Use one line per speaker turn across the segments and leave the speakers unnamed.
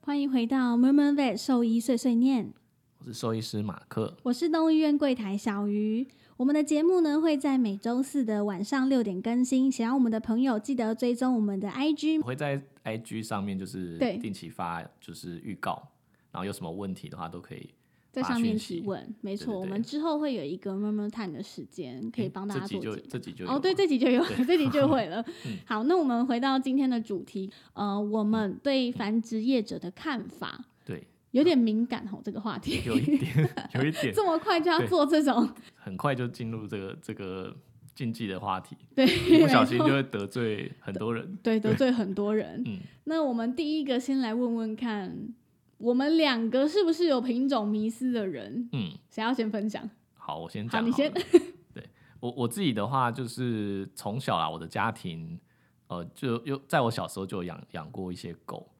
欢迎回到 Murmur Vet 兽医碎碎念，
我是兽医师马克。
我是动物医院柜台小鱼。我们的节目呢会在每周四的晚上六点更新，想要我们的朋友记得追踪我们的 IG
我。会在 IG 上面就是
对
定期发就是预告，然后有什么问题的话都可以。
在
发
上面
讯
提
息
问，没错，
对对
我
对
们之后会有一个 Murmur Time 的时间，可以
诶
帮大家做
这集就
解
这集就有
哦，对，
了嗯
这集就有， 这集就会 了。好，那我们回到今天的主题，呃，我们对繁殖业者的看法
对，
有点敏感哦，这个话题
有 一点有一点，
这么快就要
对
做这种，
很快就进入这个这个禁忌的 话题，
对，
不小心
没
就
错
会得罪很多人。
对得罪很多人。
嗯，
那我们第一个先来问问看，我们两个是不是有品种迷失的人？
嗯，
谁要先分享？
好，我先
好
讲好了。
你 先
对我我自己的话，就是从小啦，我的家庭，呃，就又在我小时候就有养养过一些狗。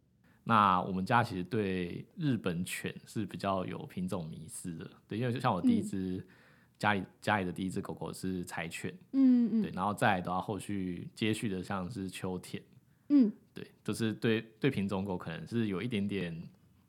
那我们家其实对日本犬是比较有品种迷思的，对，因为就像我第一
嗯
只、家里家里的第一只狗狗是柴犬，
嗯嗯
对，然后再来的话，后续接续的像是秋田，
嗯，
对，就是对对品种狗可能是有一点点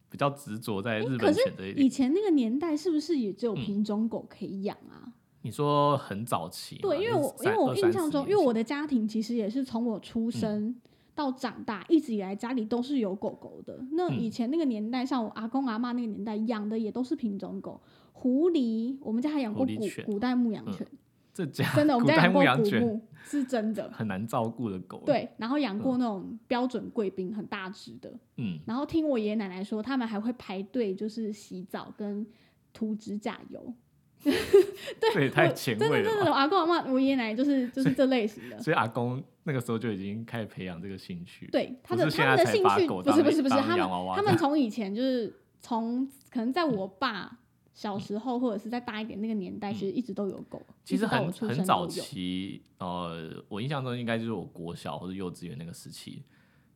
比较执着在日
可
本
是
犬这一点。
以前那个年代是不是也
嗯
只有品种狗可以养啊？
你说很早期嘛，
对，因为
就是
我因
啊三
为我
二
印
三
象
十
中，因
年
为
前嗯
我的家庭其实也是从我出生到长大，一直以来家里都是有狗狗的。那
嗯
以前那个年代，像我阿公阿妈那个年代养的也都是品种狗，狐狸，我们家还养过
狐狸
古
犬
古代牧羊
嗯
犬，
这家
真的，我们
古
家
代
养过
牧羊
古
犬
牧，是真的。
很难照顾的狗。，
对，然后养过那种标准贵宾，很大只的。
嗯，
然后听我爷爷奶奶说，他们还会排队，就是洗澡跟涂指甲油。
这也太前
真
卫
的真
了
的，
吧。
我阿公阿妈、我爷爷奶奶就是就是这类型 的。
所以阿公那个时候就已经开始培养这个兴趣。，
对他
不
的
是现
他们
在
的
才
兴
把
趣
狗
不是
当
不是不是
当
他们
洋娃娃
他们从以前就是从可能在我爸小时候或者是再大一点那个年代，
嗯
其实一直都有狗，
其
一
实
直到我
很
出
很
生
早
都有。
期，呃，我印象中应该就是我国小或者幼稚园那个时期，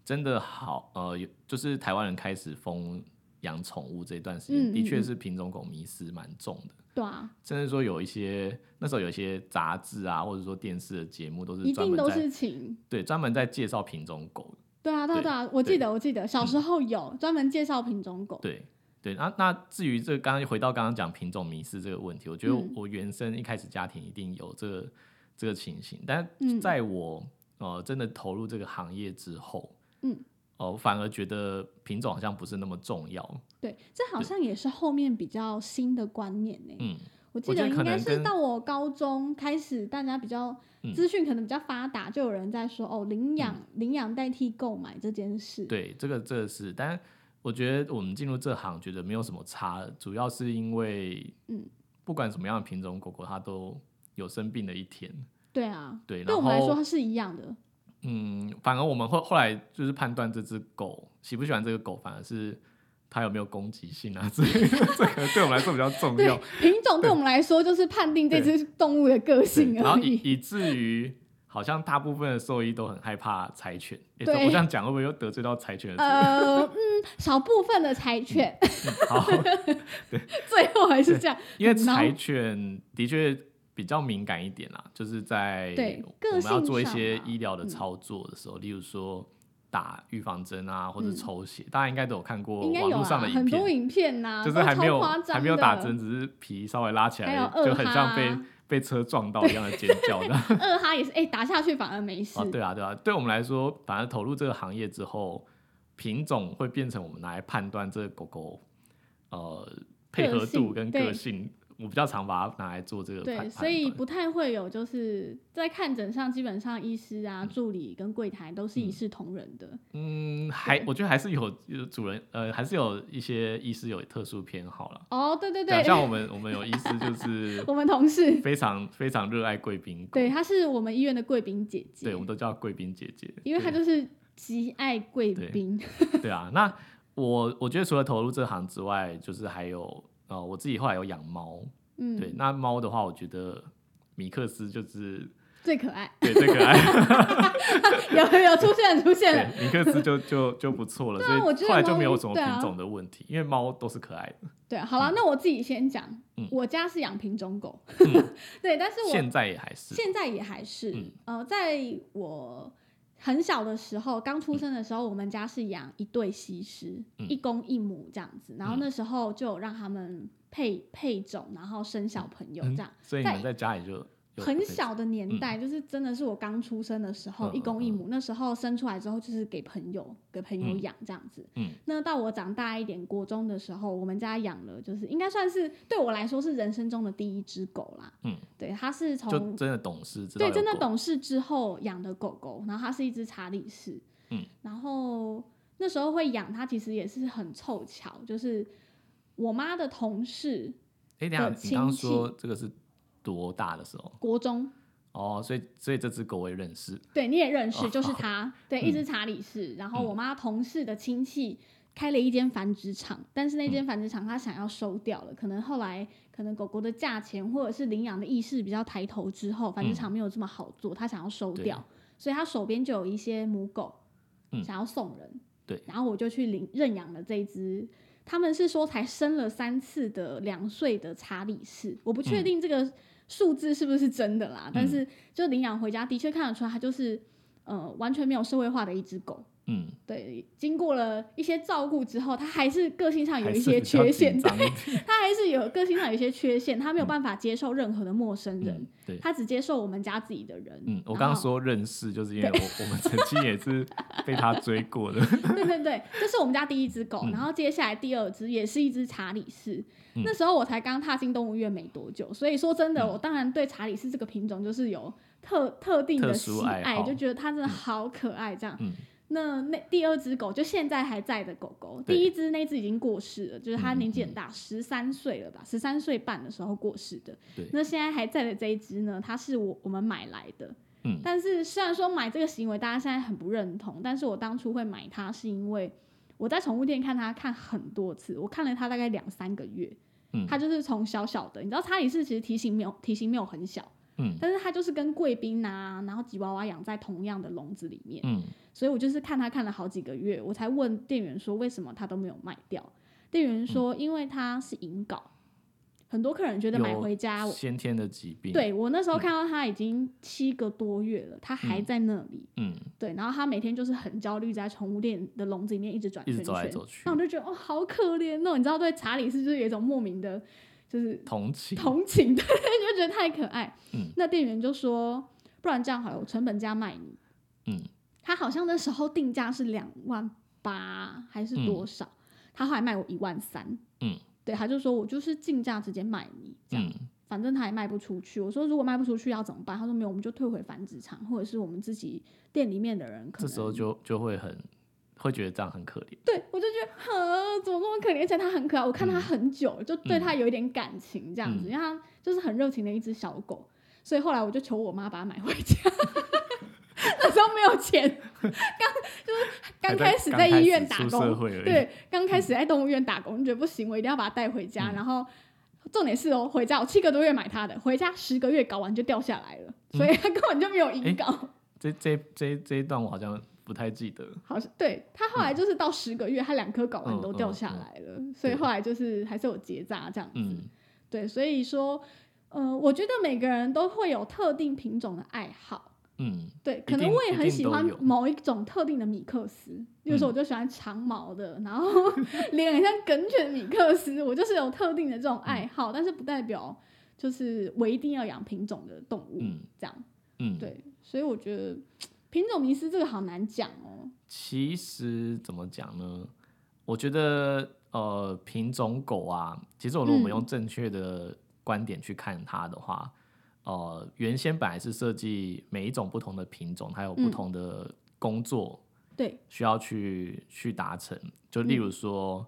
真的好，呃，有就是台湾人开始疯养宠物这一段时间，
嗯
的
嗯
确
嗯
是品种狗迷失蛮重的。
对啊，
甚至说有一些那时候有一些杂志啊，或者说电视的节目都是
一
专
定
门
都
在
是请。
对专门在介绍品种狗的
对啊，对啊，
对嗯
对啊，我记得，我记得小时候有专门介绍品种狗。
对对，那那至于这个刚刚回到刚刚讲品种迷失这个问题，我觉得
嗯
我原生一开始家庭一定有这个这个情形，但
嗯
在我、呃真的投入这个行业之后，
嗯，
哦、反而觉得品种好像不是那么重要，
对，这好像也是后面比较新的观念呢、
嗯，
我记
我觉
得
得
应
可
该
能
是
跟
到我高中开始，大家比较
嗯
资讯可能比较发达，就有人在说哦，领养、领养代替购买这件事。
对，这个这个是，但我觉得我们进入这行觉得没有什么差，主要是因为
嗯，
不管什么样的品种狗狗，它都有生病的一天，
对啊，
对，
对
然
我们来说
后
它是一样的。
嗯，反而我们后后来就是判断这只狗喜不喜欢这个狗，反而是它有没有攻击性啊， 这这个对我们来说比较重
对
要。，
品种对我们来说就是判定这只动物的个
对
性
然后
而
以
已。
以至于好像大部分的兽医都很害怕柴犬，诶
对
我这样讲会不会又得罪到柴犬的主人？
呃，嗯，少部分的
嗯
柴犬，
好，
最后还是这样。
因为
然后
柴犬的确比较敏感一点啦，就是在
对
我
个
们要
性
做一
上
些
啊
医疗的
嗯
操作的时候，例如说打预防针啊，或者
嗯
抽血，大家应该都有看过
应该
网
有
络
啊，
上的影
很多
片，
影片呐、
就是
都
还没
啊超
有
夸张
还没有打
的
针，只是皮稍微拉起
还有
来，
二
就很像被
哈
被车撞到一样的尖叫的。
二哈也是，哎、打下去反而没事。
啊，对啊，对啊，对我们来说，反而投入这个行业之后，品种会变成我们拿来判断这个狗狗呃配
个
合
性
度跟
对
个性。我比较常把它拿来做这个判
对，
判
所以
断
不太会有，就是在看诊上，基本上医师啊、助理跟柜台都是一视同仁的。
嗯，还
对
我觉得还是有有主人呃，还是有一些医师有特殊偏好了。
哦，对对
啊
对，
像我们我们有医师就是
我们同事，
非常非常热爱贵宾狗，
对，她是我们医院的贵宾姐姐，
对我们都叫贵宾姐姐，
因为她就是极爱贵宾，
对对啊。那我我觉得除了投入这行之外，就是还有呃，我自己后来有养猫，
嗯，
对，那猫的话，我觉得米克斯就是
最可爱，
对最可爱，
有有出现了出现了，
对米克斯就就就不错了，
对啊我
所
觉
以
得
后来就
猫
没有什么
对啊
品种的问题，因为猫都是可爱的，
对，好了，那我自己先讲
嗯，
我家是养品种狗， 对，但是我
现在也还是，
现在也还是，
嗯
呃，在我很小的时候，刚出生的时候，我们家是养一对西施，
嗯
一公一母这样子。然后
嗯
那时候就有让他们配配种，然后生小朋友
嗯
这样。
所以你们在家里就有
很小的年代，就是真的是我刚出生的时候，
嗯
一公一母，那时候生出来之后就是给朋友给朋友
嗯
养这样子。
嗯
那到我长大一点，国中的时候，我们家养了，就是应该算是对我来说是人生中的第一只狗啦。
嗯，
对，它是
就
从
真的懂事，知道
对
有
真的
狗，
懂事之后养的狗狗，然后它是一只查理士。
嗯，
然后那时候会养它，其实也是很凑巧，就是我妈的同事，
哎、等一下
的
你刚刚
亲戚
说这个是多大的时候？
国中
哦，所以所以这只狗我也认识，
对，你也认识，
哦 嗯
就是他，对，一只查理士。然后我妈同事的亲戚开了一间繁殖场，但
嗯
是那间繁殖场他想要收掉了，可能后来可能狗狗的价钱或者是领养的意识比较抬头之后，繁殖场没有这么好做，他想要收
嗯对
掉，所以他手边就有一些母狗，
嗯
想要送人。
对
然后我就去领认养了这一只。他们是说才生了三次的两岁的查理士，我不确
嗯
定这个数字是不是真的啦，但
嗯
是就领养回家，的确看得出来，它就是呃完全没有社会化的一只狗。
嗯，
对，经过了一些照顾之后，它还是个性啊上有
还
一
是
些
比较
缺陷，
紧张一
对，
点
它还是有个性上有一些缺陷，它没有办法接受任何的陌生人，
嗯，对。
它只接受我们家自己的人。
嗯，我
然
刚刚
后
说认识，就是因为我我们曾经也是被他追过的。
对对对，这是我们家第一只狗，
嗯
然后接下来第二只也是一只查理士。
嗯
那时候我才刚踏进动物园没多久，所以说真的，我当然对查理士这个品种就是有特特定的
特
喜
殊爱好
就觉得它真的好可爱这样。
嗯
那那第二只狗就现在还在的狗狗，
对
第一只那只已经过世了，就是它
嗯
年纪很大，十三岁了吧，十三岁半的时候过世的
对。
那现在还在的这一只呢，它是我我们买来的，
嗯
但是虽然说买这个行为大家现在很不认同，但是我当初会买它是因为我在宠物店看它看很多次，我看了它大概两三个月，
嗯
它就是从小小的，你知道查理士其实体型没有体型没有很小，
嗯
但是它就是跟贵宾啊，然后吉娃娃养在同样的笼子里面，
嗯，
所以我就是看它看了好几个月，我才问店员说为什么它都没有卖掉，店员说
嗯
因为它是银稿，很多客人觉得买
有嗯
回家我
先天的疾病。，
对我那时候看到它已经七个多月了，它还在那里。
嗯，
对，然后它每天就是很焦虑，在宠物店的笼子里面一直转
一
圈
直
圈，
走来走去
那我，就觉得哦，好可怜哦。你知道对查理是就是有一种莫名的，就是
同情。
同情，对， 就觉得太可爱。
嗯
那店员就说，不然这样好了，我成本价卖你。
嗯，
他好像那时候定价是两万八还是多少，他后来卖我一万三。
嗯，
对，他就说我就是进价直接卖你这样。
嗯
反正他也卖不出去。我说如果卖不出去要怎么办？他说没有，我们就退回繁殖场，或者是我们自己店里面的人可
这
能。
时候就就会很会觉得这样很可怜。
对我就觉得，呵，怎么那么可怜？而且它很可爱，我
嗯
看它很久，就对它有一点感情这样子，因为它就是很热情的一只小狗。所以后来我就求我妈把它买回家。 那时候没有钱，刚就是刚
还
开始
刚
在医院
始
打
出社
工，
会而已，
对，刚开始在动物园打工，觉得不行，我一定要把它带回家。
嗯
然后重点是哦，回家我七个多月买它的，回家十个月搞完就掉下来了，所以它根本就没有引
嗯诶
稿。
这这这这一段我好像不太记得。
好像对他后来就是到十个月，他两颗睾丸
嗯
都掉下来了，所以
对
后来就是还是有结扎这样子。
嗯
对，所以说，呃，我觉得每个人都会有特定品种的爱好。
嗯
对，
定
可能我也很喜欢
一定都有嗯
某一种特定的米克斯，比如说我就喜欢长毛的，然后脸很像梗卷米克斯，我就是有特定的这种爱好，但是不代表就是我一定要养品种的动物、
嗯
这样。
嗯，。
对，所以我觉得品种迷失这个好难讲哦。
其实怎么讲呢？我觉得呃，品种狗啊，其实我如果我们
嗯
用正确的观点去看它的话，呃，原先本来是设计每一种不同的品种，它有不
嗯
同的工作
对，
需要去、去达成。就
嗯
例如说，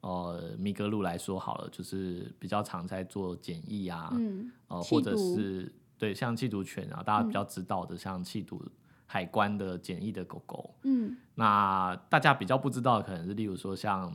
呃，米格鲁来说好了，就是比较常在做检疫啊，
嗯。
呃，
弃
或者
毒
是对像缉毒犬啊，大家
嗯
比较知道的，像缉毒海关的检疫的狗狗。
嗯
那大家比较不知道，可能是例如说像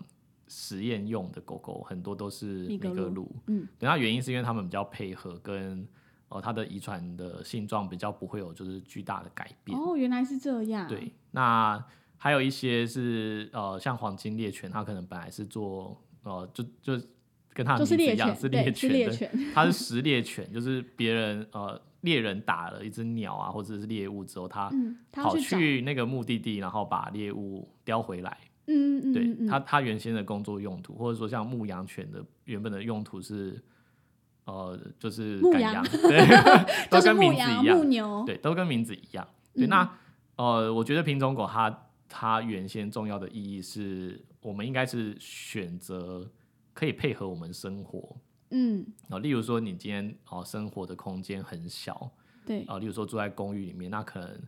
实验用的狗狗，很多都是
米
米
格
格
鲁
鲁。
嗯
对，那原因是因为它们比较配合跟，呃它的遗传的性状比较不会有就是巨大的改，变。
哦，原来是这样。
对，那还有一些是呃，像黄金猎犬，它可能本来是做呃，就就跟它
就
的
是
名字
猎
一
犬，
样，是猎
对，是猎
对
犬。
它是食猎犬，就是别人呃猎人打了一只鸟啊，或者是猎物之后，他
嗯，他要
跑
去找，
去那个目的地，然后把猎物叼回来。
嗯嗯嗯，
对
嗯
它，它原先的工作用途，或者说像牧羊犬的原本的用途是，呃，就是
牧
赶
羊
羊，对，
就
都
是
跟
牧
名字
羊、
一
牧
样，
牛，
对，都跟名字一样。对，
嗯
那呃，我觉得品种狗它它原先重要的意义是，我们应该是选择可以配合我们生活。
嗯，
啊、例如说你今天哦、生活的空间很小，
对，
啊、例如说住在公寓里面，那可能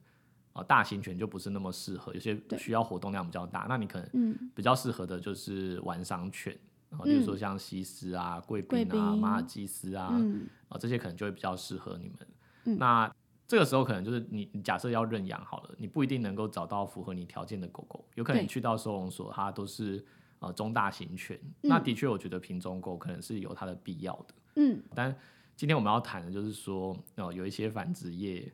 啊、大型犬就不是那么适合，有些
对
需要活动量比较大，那你可能
嗯
比较适合的就是玩赏犬，啊、例如说像西施啊、贵宾
贵
啊、
宾
马尔济斯啊，
嗯
啊，这些可能就会比较适合你们。
嗯
那这个时候可能就是你你假设要认养好了，你不一定能够找到符合你条件的狗狗，有可能
对
你去到收容所，它都是呃中大型犬。
嗯
那的确，我觉得品种狗可能是有它的必要的。
嗯，
今天我们要谈的就是说，呃，有一些繁殖业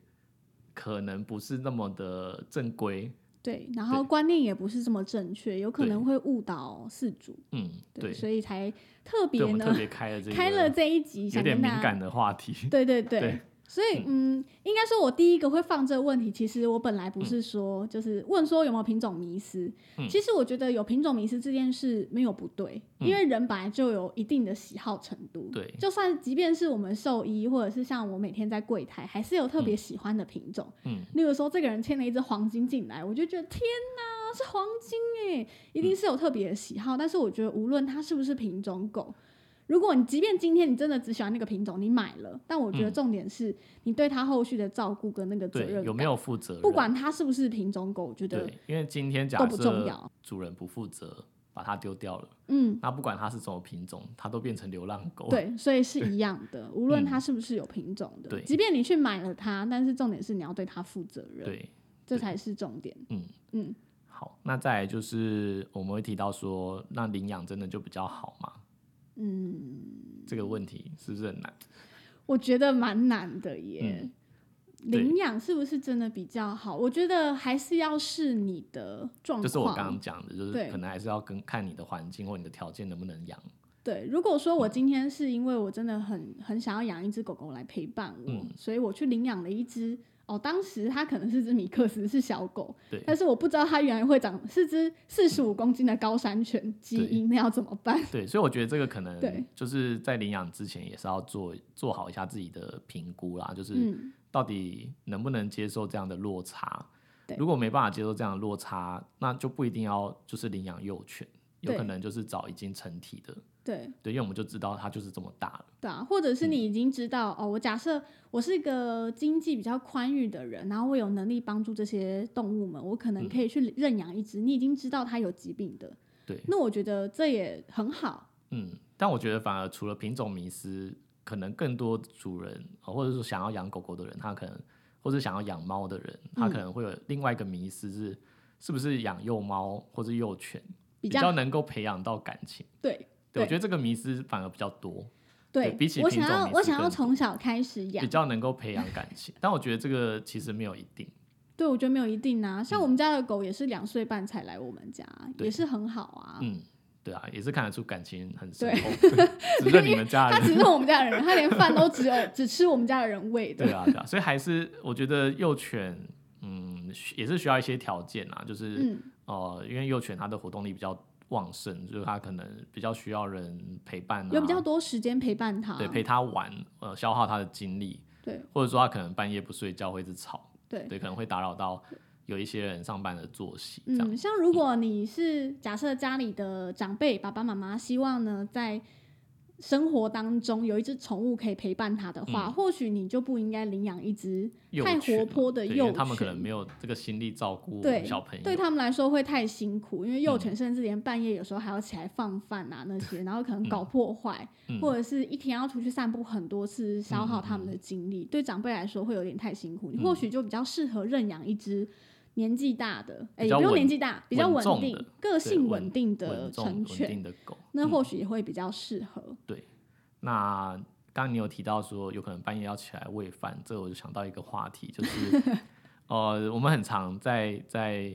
可能不是那么的正规，
对，然后观念也不是这么正确，有可
对
能会误导饲主，
嗯，
对，
对，
所以才特
对我
别
们特
呢
别开了这个
开了这一集，
有
想
点
跟
敏
大家，
感的话题，
对对对。
对
所以，嗯，应该说，我第一个会放这个问题。其实我本来不是说，就是问说有没有品种迷失。
嗯
其实我觉得有品种迷失这件事没有不对，
嗯
因为人本来就有一定的喜好程度。
对
就算即便是我们兽医，或者是像我每天在柜台，还是有特别喜欢的品种。
嗯，
例如说，这个人牵了一只黄金进来，我就觉得天哪，是黄金哎，一
嗯
定是有特别的喜好。但是我觉得，无论它是不是品种狗，如果你即便今天你真的只喜欢那个品种，你买了，但我觉得
嗯
重点是你对它后续的照顾跟那个责任感
对，有没有负责任？
不管它是不是品种狗，我觉得
对，因为今天假
都不重
设
要
主人不负责，把它丢掉了，
嗯，
那不管它是什么品种，它都变成流浪狗。
对，所以 是一样的，无论它是不是有品种的，
嗯对
即便你去买了它，但是重点是你要对它负责任，
对
这
对
才是重点。
嗯
嗯，
好，那再来就是我们会提到说，那领养真的就比较好吗？嗯，这个问题是不是很难？
我觉得蛮难的耶。
嗯对
领养是不是真的比较好？我觉得还是要视你的状况。
就是我刚刚讲的，就是
对
可能还是要跟看你的环境或你的条件能不能养。
对，如果说我今天是因为我真的很很想要养一只狗狗来陪伴我，
嗯
所以我去领养了一只。哦，当时它可能是只米克斯，是小狗，
对
但是我不知道它原来会长是只四十五公斤的高山犬基
对
因，那要怎么办？
对，所以我觉得这个可
对
能就是在领养之前也是要做做好一下自己的评估啦，就是
嗯，
到底能不能接受这样的落差
对？
如果没办法接受这样的落差，那就不一定要就是领养幼犬，有
对
可能就是找已经成体的，
对
对，因为我们就知道它就是这么大了，
对啊，或者
嗯
是你已经知道、哦，我假设我是一个经济比较宽裕的人，然后我有能力帮助这些动物们，我可能
嗯
可以去认养一只。你已经知道它有疾病的，
对，
那我觉得这也很好。
嗯，但我觉得反而除了品种迷失，可能更多主人、呃或者说想要养狗狗的人，他可能或者想要养猫的人，他
嗯
可能会有另外一个迷失是，是不是养幼猫或者幼犬
比
比
较
较能够培养到感情？
对
对，我
对
觉得这个迷失反而比较多。
对，
对比起
我
品
想
种
要
迷
我
思
想要
更
从小开始养
比，较能够培养感情。但我觉得这个其实没有一定，
对我觉得没有一定啊。像我们家的狗也是两岁半才来我们家，也
嗯对
是很好啊。
嗯，对啊，也是看得出感情很深
对
厚， 只认你们家
它
人，
只是我们家的人，它连饭都只有只吃我们家的人喂的。
对啊，对啊，所以还是我觉得幼犬，嗯，也是需要一些条件啊，就是、
嗯，
呃，因为幼犬它的活动力比较旺盛，就是它可能比较需要人陪伴、啊，
有比较多啊时间陪伴它。
对陪它玩，呃，消耗它的精力，
对
或者说它可能半夜不睡觉会一直吵，
对
对，可能会打扰到有一些人上班的作息这样。
嗯，像如果你是假设家里的长辈爸爸妈妈希望呢，在生活当中有一只宠物可以陪伴他的话，
嗯
或许你就不应该领养一只
幼
太
犬
活
嘛
泼的
对
幼犬，
因为他们可能没有这个心力照顾
对
小朋友，嗯
对他们来说会太辛苦，因为幼犬甚至连半夜有时候还要起来放饭啊那 些，然后可能搞破坏，
嗯
或者是一天要出去散步很多次，消耗他们的精力。对长辈来说会有点太辛苦，你或
嗯
许就比较适合认养一只年纪大的，哎、
比
也
较
不用
稳
年纪大，比较
稳
稳
重
定
的、
个性
对
稳定的
稳重
成
稳
犬，
定的狗。
那
嗯
或许也会比较适合。
那刚刚你有提到说有可能半夜要起来喂饭，这我就想到一个话题，就是 呃，我们很常在在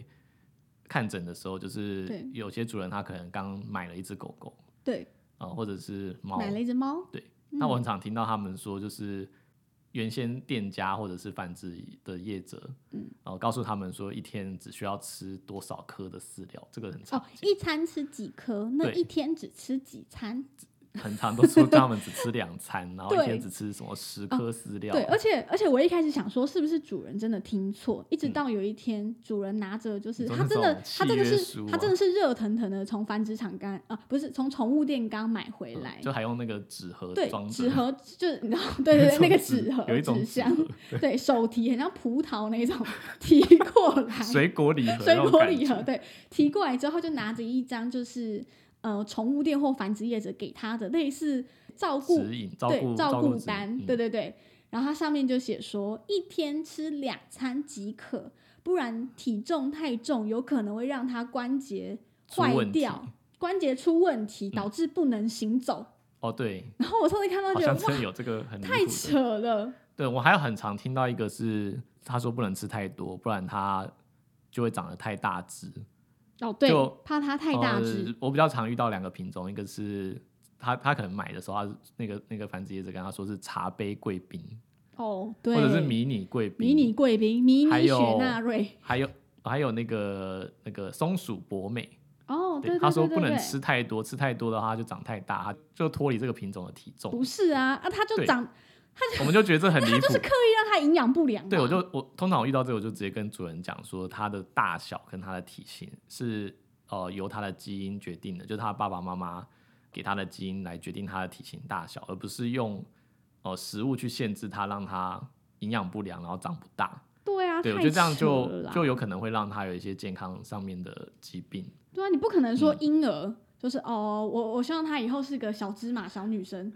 看诊的时候，就是
对
有些主人他可能刚买了一只狗狗
对，
啊、呃或者是猫，
买了一只猫，
那我很常听到他们说，就是原先店家或者是繁殖的业者，嗯，然后告诉他们说一天只需要吃多少颗的饲料，这个很常
哦，
见，
一餐吃几颗，那
对
一天只吃几餐？
很常都说叫他们只吃两餐，然后一
对哦
天只吃什么十颗饲料，
对，而且而且我一开始想说是不是主人真的听错，一直到有一天主人拿着就是、
嗯你说
他
那
真的
种
他
契
真的
约
是
书
他
啊
真的是热腾腾的从繁殖场刚啊、不是从宠物店刚买回来，
就还用那个纸盒
对
嗯装着
纸， 盒就是你知道对对对那个纸盒
有一种
纸箱
盒，
对手提很像葡萄那 种提过来
水果礼盒那
水
种
果
感
礼
觉
盒，对提过来之后就拿着一张就是呃宠物店或繁殖业者给他的类似照顾
指引照
对
顾
照
顾
顾
指
单，
引嗯
对对对。然后它上面就写说，一天吃两餐即可，不然体重太重有可能会让它关节
出
坏
问题嗯
掉，关节出问题，导致不能行走。
哦对，
然后我上次看到觉
好
得
像真的
哇，
有这个很离
太
谱的
扯了，
对我还有很常听到一个是，他说不能吃太多，不然它就会长得太大只。
哦对
就，
怕它太大只，
呃。我比较常遇到两个品种，一个是他他可能买的时候，他那个那个繁殖业者跟他说是茶杯贵宾，
哦
或
对，
者是迷你贵宾，
迷你贵宾，迷
还
你
有
雪纳瑞，
还有还有那个那个松鼠博美，
哦对对对对对，
他说不能吃太多，吃太多的话它就长太大，它就脱离这个品种的体重
不。是啊啊，它就
对
长，
我们就觉得这很离
它 就是
谱
刻。意让它营养不良嘛，
对，我就我通常我遇到这个，我就直接跟主人讲说，它的大小跟它的体型是呃由它的基因决定的，就是它爸爸妈妈给它的基因来决定它的体型大小，而不是用呃食物去限制它，让它营养不良，然后长不大。
对啊，
对，我
太
觉得这样
扯
就
了啦
就有可能会让它有一些健康上面的疾病。
对啊，你不可能
嗯
说婴儿、就是哦，我我希望她以后是个小芝麻小女 生，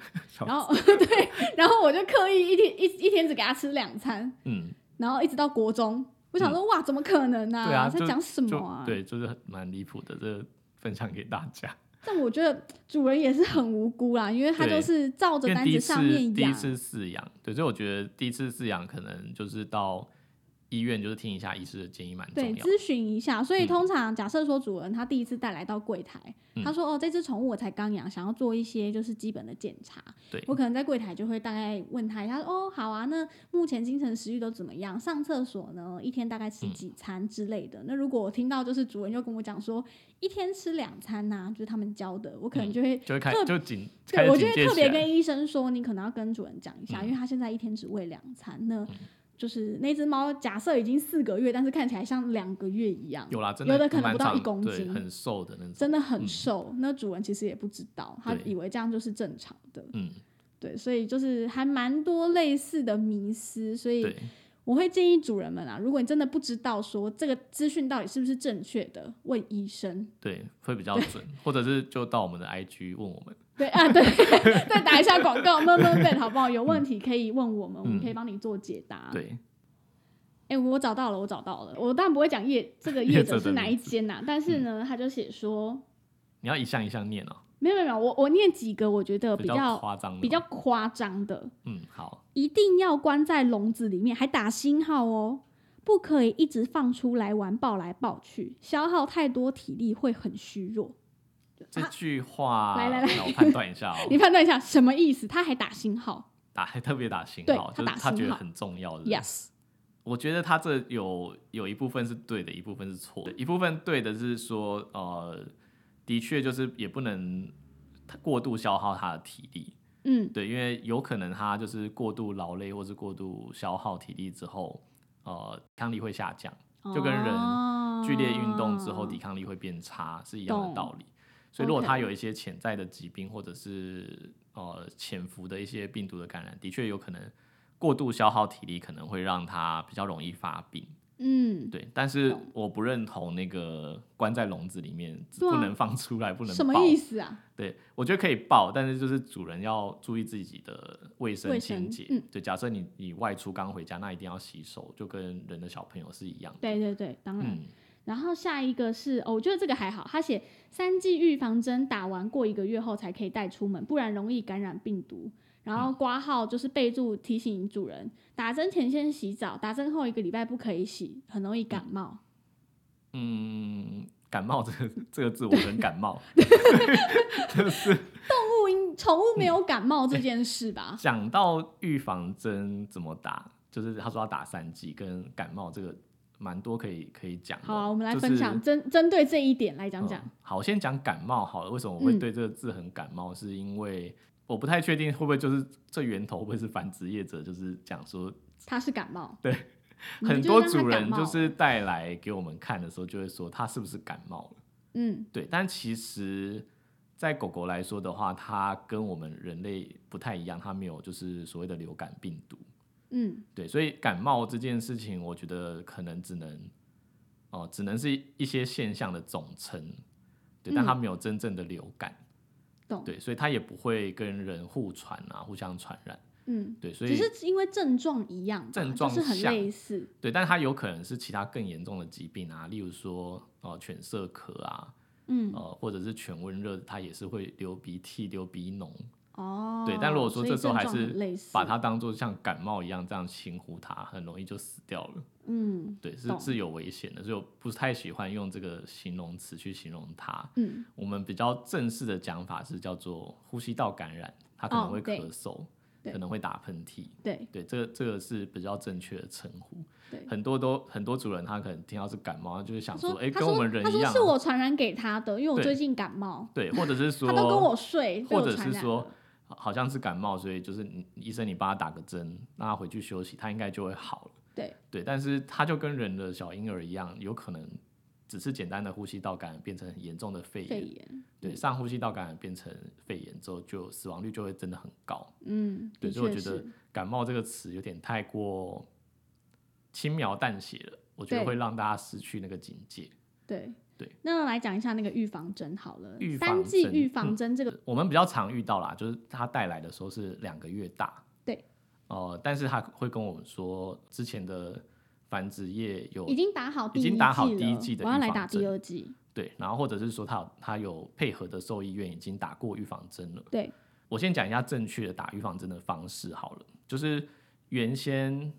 然后 对，然后我就刻意一天一一天只给她吃两餐，
嗯，
然后一直到国中，我想说、哇，怎么可能呢、
对啊，
在
就
讲什
就
么啊？
对，就是很蛮离谱的，这分享给大家。
但我觉得主人也是很无辜啦，因为他
对
就是照着
因为
单
第
子
一次
上面
第一
养，
次饲养，对，所以我觉得第一次饲养可能就是到医院就是听一下医师的建议蛮重
对，
要的。
咨询一下。所以
嗯
通常假设说主人他第一次带来到柜台，
嗯
他说哦，这只宠物我才刚养，想要做一些就是基本的检查。
对
我可能在柜台就会大概问他一下，哦，好啊，那目前精神食欲都怎么样？上厕所呢，一天大概吃
嗯
几餐之类的。那如果我听到就是主人又跟我讲说一天吃两餐呐、就是他们教的，我可能
嗯
就会。
就会开
特
就警开
对，
始
我就
警
会
戒
特
起
别
来。
跟医生说，你可能要跟主人讲一下，
嗯
因为他现在一天只喂两餐，那就是那只猫假设已经四个月，但是看起来像两个月一样，
有啦，真
有的可能
蛮
不到
长
一公
对
斤
很瘦的那种。
真的很
嗯
瘦。那主人其实也不知道，他
对
以为这样就是正常的，
嗯，
对，所以就是还蛮多类似的迷思，所以
对，
我会建议主人们啊，如果你真的不知道说这个资讯到底是不是正确的，问医生。
对，会比较 准，或者是就到我们的 IG 问我们。
对啊，对， 再打一下广告，闷闷笨好不好？有问题可以问我们，我们
嗯
可以帮你做解答。
对，
哎、我找到了，我找到了。我当然不会讲业这个业
业者
者
的
是哪一
名字嗯
间呐、但是呢，他就写说，
你要一项一项念哦，
没有没有没有，我我念几个我觉得比
较
较
夸张的哦，
比较啊夸张的，
嗯，好，
一定要关在笼子里面，还打星号哦，不可以一直放出来玩，抱来抱去，消耗太多体力会很虚弱。
这
啊
句话
来来来。
让我判断一下哦
你判断一下什么意思？他还打星号
打还特别打星
对
号，
他
就是
打
他
星
觉得
号
很重要的。
，yes，
我觉得他这有有一部分是对的，一部分是错的。一部分对的是说，呃，的确就是也不能过度消耗他的体力，
嗯，
对，因为有可能他就是过度劳累或是过度消耗体力之后，呃，抵抗力会下降，就跟人
哦
剧烈运动之后抵抗力会变差，是一样的
懂
道理。所以，如果他
OK
有一些潜在的疾病或者是呃潜伏的一些病毒的感染，的确有可能过度消耗体力，可能会让他比较容易发病。
嗯，
对，但是
懂
我不认同那个关在笼子里面、只
对啊
不能放出来、不能
什么
抱
意思啊？
对，我觉得可以抱，但是就是主人要注意自己的卫
卫
生清
生
洁。
嗯
对，假设你你外出刚回家，那一定要洗手，就跟人的小朋友是一样的。
对对对，当然。
嗯，
然后下一个是，哦，我觉得这个还好，他写三剂预防针打完过一个月后才可以带出门，不然容易感染病毒。然
嗯
后挂号就是备注提醒主人，打针前先洗澡，打针后一个礼拜不可以洗，很容易感
嗯
冒。
嗯，感冒这个这个字我很感冒，
动物应宠宠物没
嗯
有感冒这件事 吧？
讲到预防针怎么打，就是他说要打三剂，跟感冒这个蛮多可以可以讲的。
好啊，我们来
就是
分享针针对这一点来讲讲
嗯。好，先讲感冒好了。为什么我会
嗯
对这个字很感冒？是因为我不太确定会不会就是这源头会不会是繁殖业者，就是讲说
它是感冒，
对，
你们
很
就
多
让它
主
感
人
冒
就是带来给我们看的时候，就会说它是不是感冒了？
嗯
对，但其实，在狗狗来说的话，它跟我们人类不太一样，它没有就是所谓的流感病毒。
嗯
对，所以感冒这件事情，我觉得可能只能哦、只能是一些现象的总称，对，但它没有真正的流感。
嗯懂
对，所以它也不会跟人互传啊，互相传染。
嗯，
对，所
只
以
是因为症状一样吧，
症
就
状
是很
像
类似，
对，但它有可能是其他更严重的疾病啊，例如说呃犬舍咳啊，
嗯
呃或者是犬瘟热，它也是会流鼻涕、流鼻脓。
哦。
对，但如果
所
说
以
这时候
症
还
状很类
是
似
把它当做像感冒一样这样轻呼它，很容易就死掉了。
嗯
对，是
懂
是有危险的，所以我不太喜欢用这个形容词去形容它。
嗯
我们比较正式的讲法是叫做呼吸道感染，它可能
哦
会
对
咳嗽，
对
可能会打喷嚏。
对
对，这个这个是比较正确的称呼。
对。
很多都很多主人他可能听到是感冒，他就是
他
想
说
说，：“哎、
他
跟我
说
们人
他
一
说
样
是
啊。
我传染给他的，因为我
对
最近感冒，”
对，或者是说，
他都跟我睡，被
或
我
者
传
是
染
说
了
好好像是感冒，所以就是你医生你帮他打个针，让他回去休息，他应该就会好了。
对
对，但是他就跟人的小婴儿一样，有可能只是简单的呼吸道感染变成很严重的肺炎。
肺炎，
对，上呼吸道感染变成肺炎之后，就死亡率就会真的很高。
嗯，
对
的
所以我
确
觉得
是
感冒这个词有点太过轻描淡写了，我觉得
对
会让大家失去那个警戒。
对
对。
那来讲一下那个预防针好了
预，
三
防
剂
针嗯
预防针这个
我们比较常遇到啦，就是它带来的时候是两个月大，
对，
呃，但是他会跟我们说之前的繁殖业有
已经打好第
已
一
经
剂
打好第一
了
剂的
我要
预
来
防
打第
针
二剂，
对，然后或者是说他有他有配合的兽医院已经打过预防针了。
对，
我先讲一下正确的打预防针的方式好了，就是原先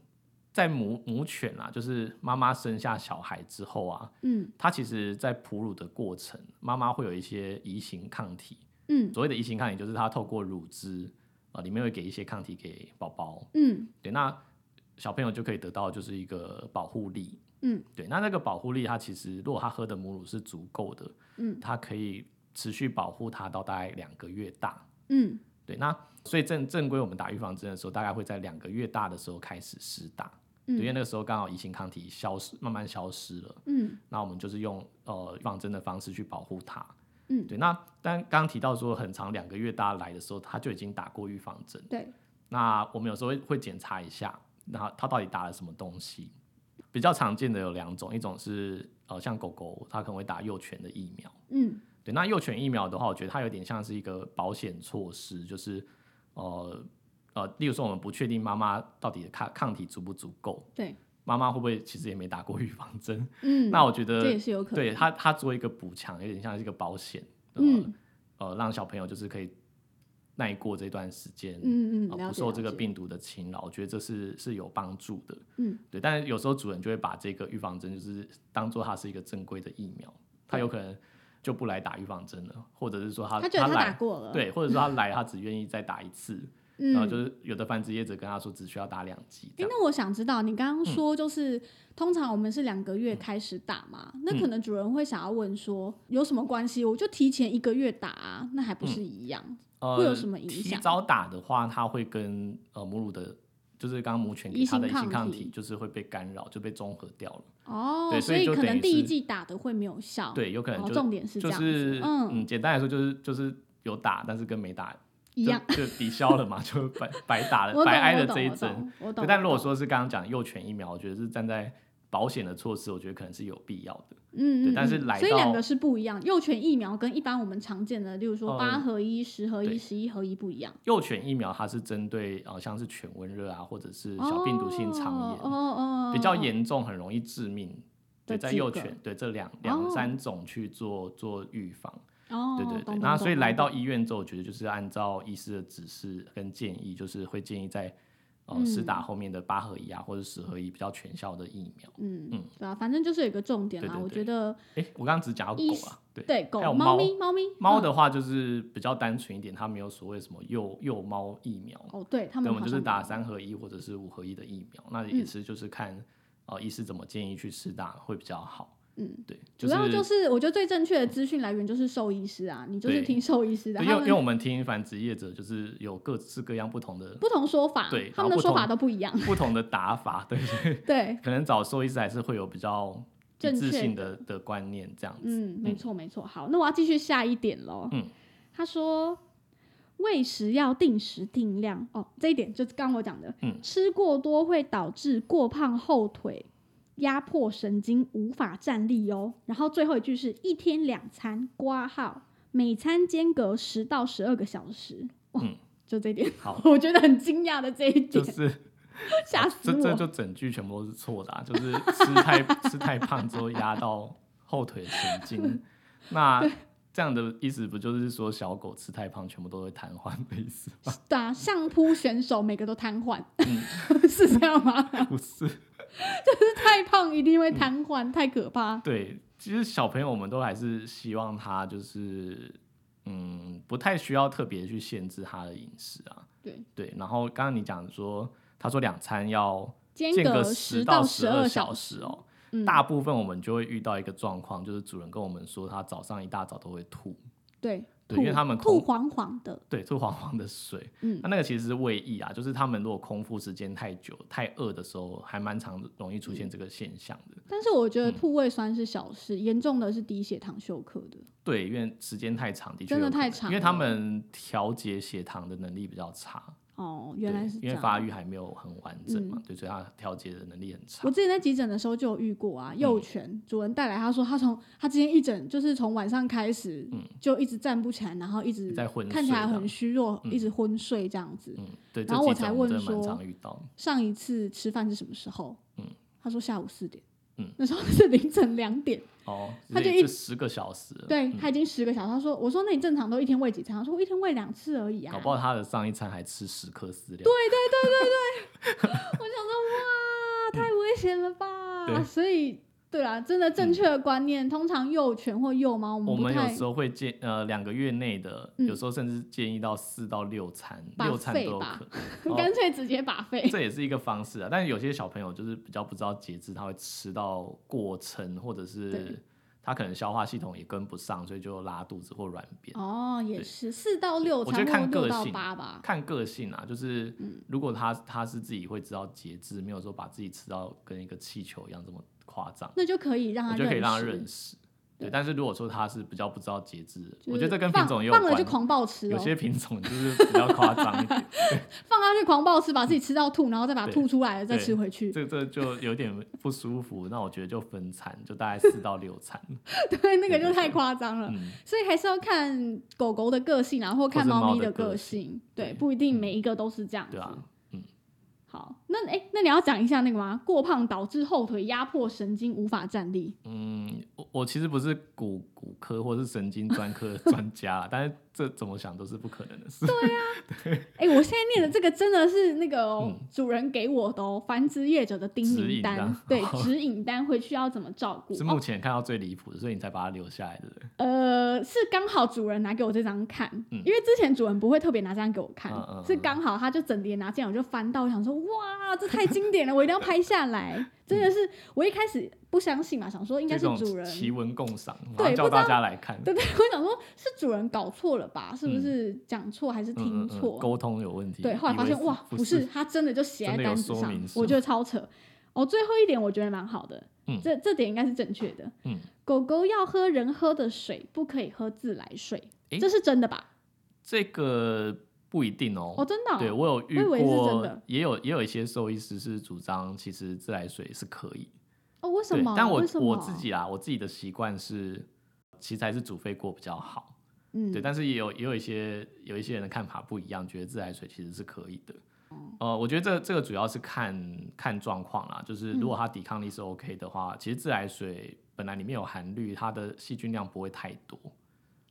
在母母犬啊，就是妈妈生下小孩之后啊，
嗯
它其实在哺乳的过程，妈妈会有一些移行抗体。
嗯
所谓的移行抗体，就是它透过乳汁啊、呃里面会给一些抗体给宝宝。
嗯
对，那小朋友就可以得到就是一个保护力。
嗯，
对，那那个保护力，它其实如果它喝的母乳是足够的，
嗯，
它可以持续保护它到大概两个月大。
嗯
对，那所以正正规我们打预防针的时候，大概会在两个月大的时候开始施打，对因为
嗯
那个时候刚好乙型抗体消失，慢慢消失了。
嗯
那我们就是用呃预防针的方式去保护它。
嗯
对。那但刚刚提到说，很长两个月大来的时候，它就已经打过预防针。
对，
那我们有时候会会检查一下，那它到底打了什么东西。比较常见的有两种，一种是呃像狗狗，它可能会打幼犬的疫苗。
嗯
对，那幼犬疫苗的话，我觉得它有点像是一个保险措施，就是呃呃，例如说我们不确定妈妈到底抗抗体足不足够，
对，
妈妈会不会其实也没打过预防针？
嗯，
那我觉得
这也是有可能，
对他，他做一个补强，有点像是一个保险，呃、
嗯
呃，让小朋友就是可以耐过这段时间，
嗯嗯，
呃
了
不
解
受
了
这个
解
病毒的侵扰，我觉得这是是有帮助的。
嗯，
对，但是有时候主人就会把这个预防针就是当做它是一个正规的疫苗，他有可能就不来打预防针了，或者是说他
他觉得他打
来
过了，，
对，或者说他来他只愿意再打一次，
嗯，
然后就是有的繁殖业者跟他说只需要打两剂这
诶
样，嗯
那我想知道，你刚刚说就是、通常我们是两个月开始打嘛？那可
嗯
能主人会想要问说，有什么关系？我就提前一个月打、啊，那还
嗯
不是一样？会有
呃
什么影
提
响
早打的话，它会跟呃母乳的，就是刚刚母犬给
乙
它
型
的乙型
抗
抗
体
体，就是会被干扰，就被中和掉了。
哦，
对
所
所以就
可
等
能
于
第一
是
季打的会没有效。，
对，有可能
哦，
就、
重点是这
就
样子，
是
嗯，
简单来说就是就是有打，但是跟没打
一样。
就就抵消了嘛，就白白打
我
了，
懂，
白挨
我
了这
懂，
一
我
针。
懂，我
对，
懂。
但
我
如果
懂，
说是刚刚讲幼犬疫苗，我觉得是站在保险的措施，我觉得可能是有必要的。
嗯
对
嗯，
但是
嗯
来
所以两
到
个是不一样。幼犬疫苗跟一般我们常见的，例如说
呃
八合一、十合一、
对
十一合一不一样。
幼犬疫苗它是针对呃像是犬瘟热啊，或者是小病毒性肠炎
哦哦哦，
比较
严。
严重、很容易致命。对，
的
在
几
幼
个
犬，对这两
哦
两三种去做做预防，
哦，
对
懂
对对。
懂
那所以
懂
来
懂
到医院之后，我觉得就是按照医师的指示跟建议，就是会建议在呃，施打后面的八合一啊，或者十合一比较全效的疫苗。
嗯
嗯，
对啊，反正就是有一个重点啦，
对对对
我觉得
哎、我刚刚只讲到
医
狗
师
啊，对
对狗
还有、
猫
猫
咪、猫咪、
猫
嗯
的话就是比较单纯一点，它没有所谓什么幼幼猫疫苗，
哦，对他
对，
们
我们就
好
是
像
打
没有嗯
三合一或者是五合一的疫苗，那也是就是看、呃医师怎么建议去施打会比较好。
嗯，
对，
主要就是是我觉得最正确的资讯来源就是兽医师啊，你就是
对
听兽医师的，
对因
他
为因为
们
我们听繁殖业者就是有各式各样不同的
不同说法，
对
他们
然后
的
不
说
同
法都不 一样，
不同的打法，对，所以
对，
可能找兽医师还是会有比较一
正
致
确
性的的观念这样子。
嗯，没错没错。好，那我要继续下一点喽。
嗯，
他说喂食要定时定量哦，这一点就是刚刚我讲的，
嗯
吃过多会导致过胖后腿。压迫神经无法站立哦，然后最后一句是一天两餐，挂号，每餐间隔十到十二个小时，哇，
嗯
就这一点，
好
我觉得很惊讶的这一
就
点，
是 哦
吓、死
这
我！
这就整句全部都是错的、啊， 就是吃太吃太胖之后压到后腿神 经，那这样的意思不就是说小狗吃太胖全部都会瘫痪的意 思吗？
对啊，相扑选手每个都瘫痪，
嗯
是这样吗？
不是，
太胖一定会瘫痪，太可怕。
对，其实小朋友我们都还是希望他就是嗯，不太需要特别去限制他的饮食啊，
对，
对。然后刚刚你讲说，他说两餐要
间
间隔
十
到
十
二
二
小
时
时
嗯
哦。。大部分我们就会遇到一个状况，就是主人跟我们说他早上一大早都会吐，
对，
对
吐
因为他们
吐
空
黄黄的，
对，吐黄黄的水。
嗯
那那个其实是胃液啊，就是他们如果空腹时间太久、太饿的时候，还蛮常容易出
嗯
现这个现象的。
但是我觉
嗯
得吐胃酸是小事，严重的是低血糖休克的。
对，因为时间太长，的确
真的
有可能
太长
因为他
了
们调节血糖的能力比较差，
哦，原
对
来是这
因为
样。嗯
发育还没有很完整嘛，对，所以他调节的能力很差
我。之前在急诊的时候就有遇过
嗯
啊，幼犬、主人带来，他说他从他今天一整就是从晚上开始、就一直站不起来，然后一直
嗯在昏睡
看起来
这
很
样
虚弱，一直昏睡这样子。
嗯，对，这
然后我
几
才
种我
问
真的蛮
说
常遇到的。
上一次吃饭是什么时候？
嗯
他说下午四点。
嗯
那时候是凌晨两点。
哦，
他就
这
一
这十个小时了，
对他已经十个小时，他说：“我说那你正常都一天喂几餐？”他说：“我一天喂两次而已啊。”
搞不好他的上一餐还吃十颗饲料。
我想说，哇，太危险了吧！
嗯
啊
对嗯
所以，对啦，真的正确的观念，通常幼犬或幼猫，我
我
们不
们有
太
时候会建呃两个月内的，
嗯
有时候甚至建议到四到六餐，
把
六餐都
肺
有
吧
可能。哦
干脆直接把肺。
这也是一个方式啊，但是有些小朋友就是比较不知道节制，他会吃到过撑，或者
对
是他可能消化系统也跟不上，所以就拉肚子或软便。
哦，也
对
是四到六
我
餐，
觉得
或
看
六
个
到
性
八吧。
看个性啊，就是
嗯
如果他他是自己会知道节制，没有说把自己吃到跟一个气球一样这么夸张，
那就可以让
我
他
觉得可以让他
认
认
识，
识。
对
对，但是如果说他是比较不知道节制的，
就
我觉
是
得这跟品
放
种也有
放
关
了就
系。
狂暴吃
有
哦，
些品种就是比较夸张一点，
放下去狂暴吃，把自己吃到吐，然后再把它
对
吐出来了，再
对
吃回去。
这这就有点不舒服。那我觉得就分餐，就大概四到六餐，
对，那个
对
就
对
太
对
夸张了。
嗯，
所以还是要看狗狗的个性啊，然后看
或是
猫
猫
咪
的
个
个
性。对，
对嗯
不一定每一个都是这样子。
对啊，
好，那哎、那你要讲一下那个吗？过胖导致后腿压迫神经无法站立。
嗯，我我其实不是骨骨科或是神经专科的专家啦，但是这怎么想都是不可能的事。
哎、我现在念的这个真的是那个、哦
嗯
主人给我的哦，繁殖业者的叮
指
咛
引啊
单
单，
对，指引单回去要怎么照顾？
是
哦
目，前看到最离谱的，所以你才把它留下来的。
呃，是刚好主人拿给我这张看，
嗯
因为之前主人不会特别拿这张给我看，
嗯嗯嗯
是刚好他就整叠拿进来，我就翻到，我想说哇，这太经典了，我一定要拍下 来。真的是，我一开始不相信嘛，想说应该
这
是
种
主人
奇闻共赏，马
对
上叫
不知道
大家来看，
对对，我想说，是主人搞错了吧？是不是讲错还是
嗯
听
嗯嗯
错？
沟通有问题。
对，后来
以
发
为
现
是
哇，不
不
是，，他真的就写在
真的有
单子
说
上
明，
我
书
觉得超扯。哦，最后一点我觉得蛮好的，
嗯
这这点应该是正确的。
嗯，
狗狗要喝人喝的水，不可以喝自来水，
诶
这是真的吧？
这个不一定
哦，真的哦、
对我有遇
我以为是真
过
的，
也有也有一些兽医师是主张，其实自来水是可以。
哦，为什
对
么？，
但我
为什么
我自，己啦，我自己的习惯是，其实还是煮沸过比较好。
嗯，
对，但是也有也有一些有一些人的看法不一样，觉得自来水其实是可以的。呃，我觉得这这个主要是看看状况啦，就是如果
嗯
它抵抗力是 OK 的话，其实自来水本来里面有含氯，它的细菌量不会太多。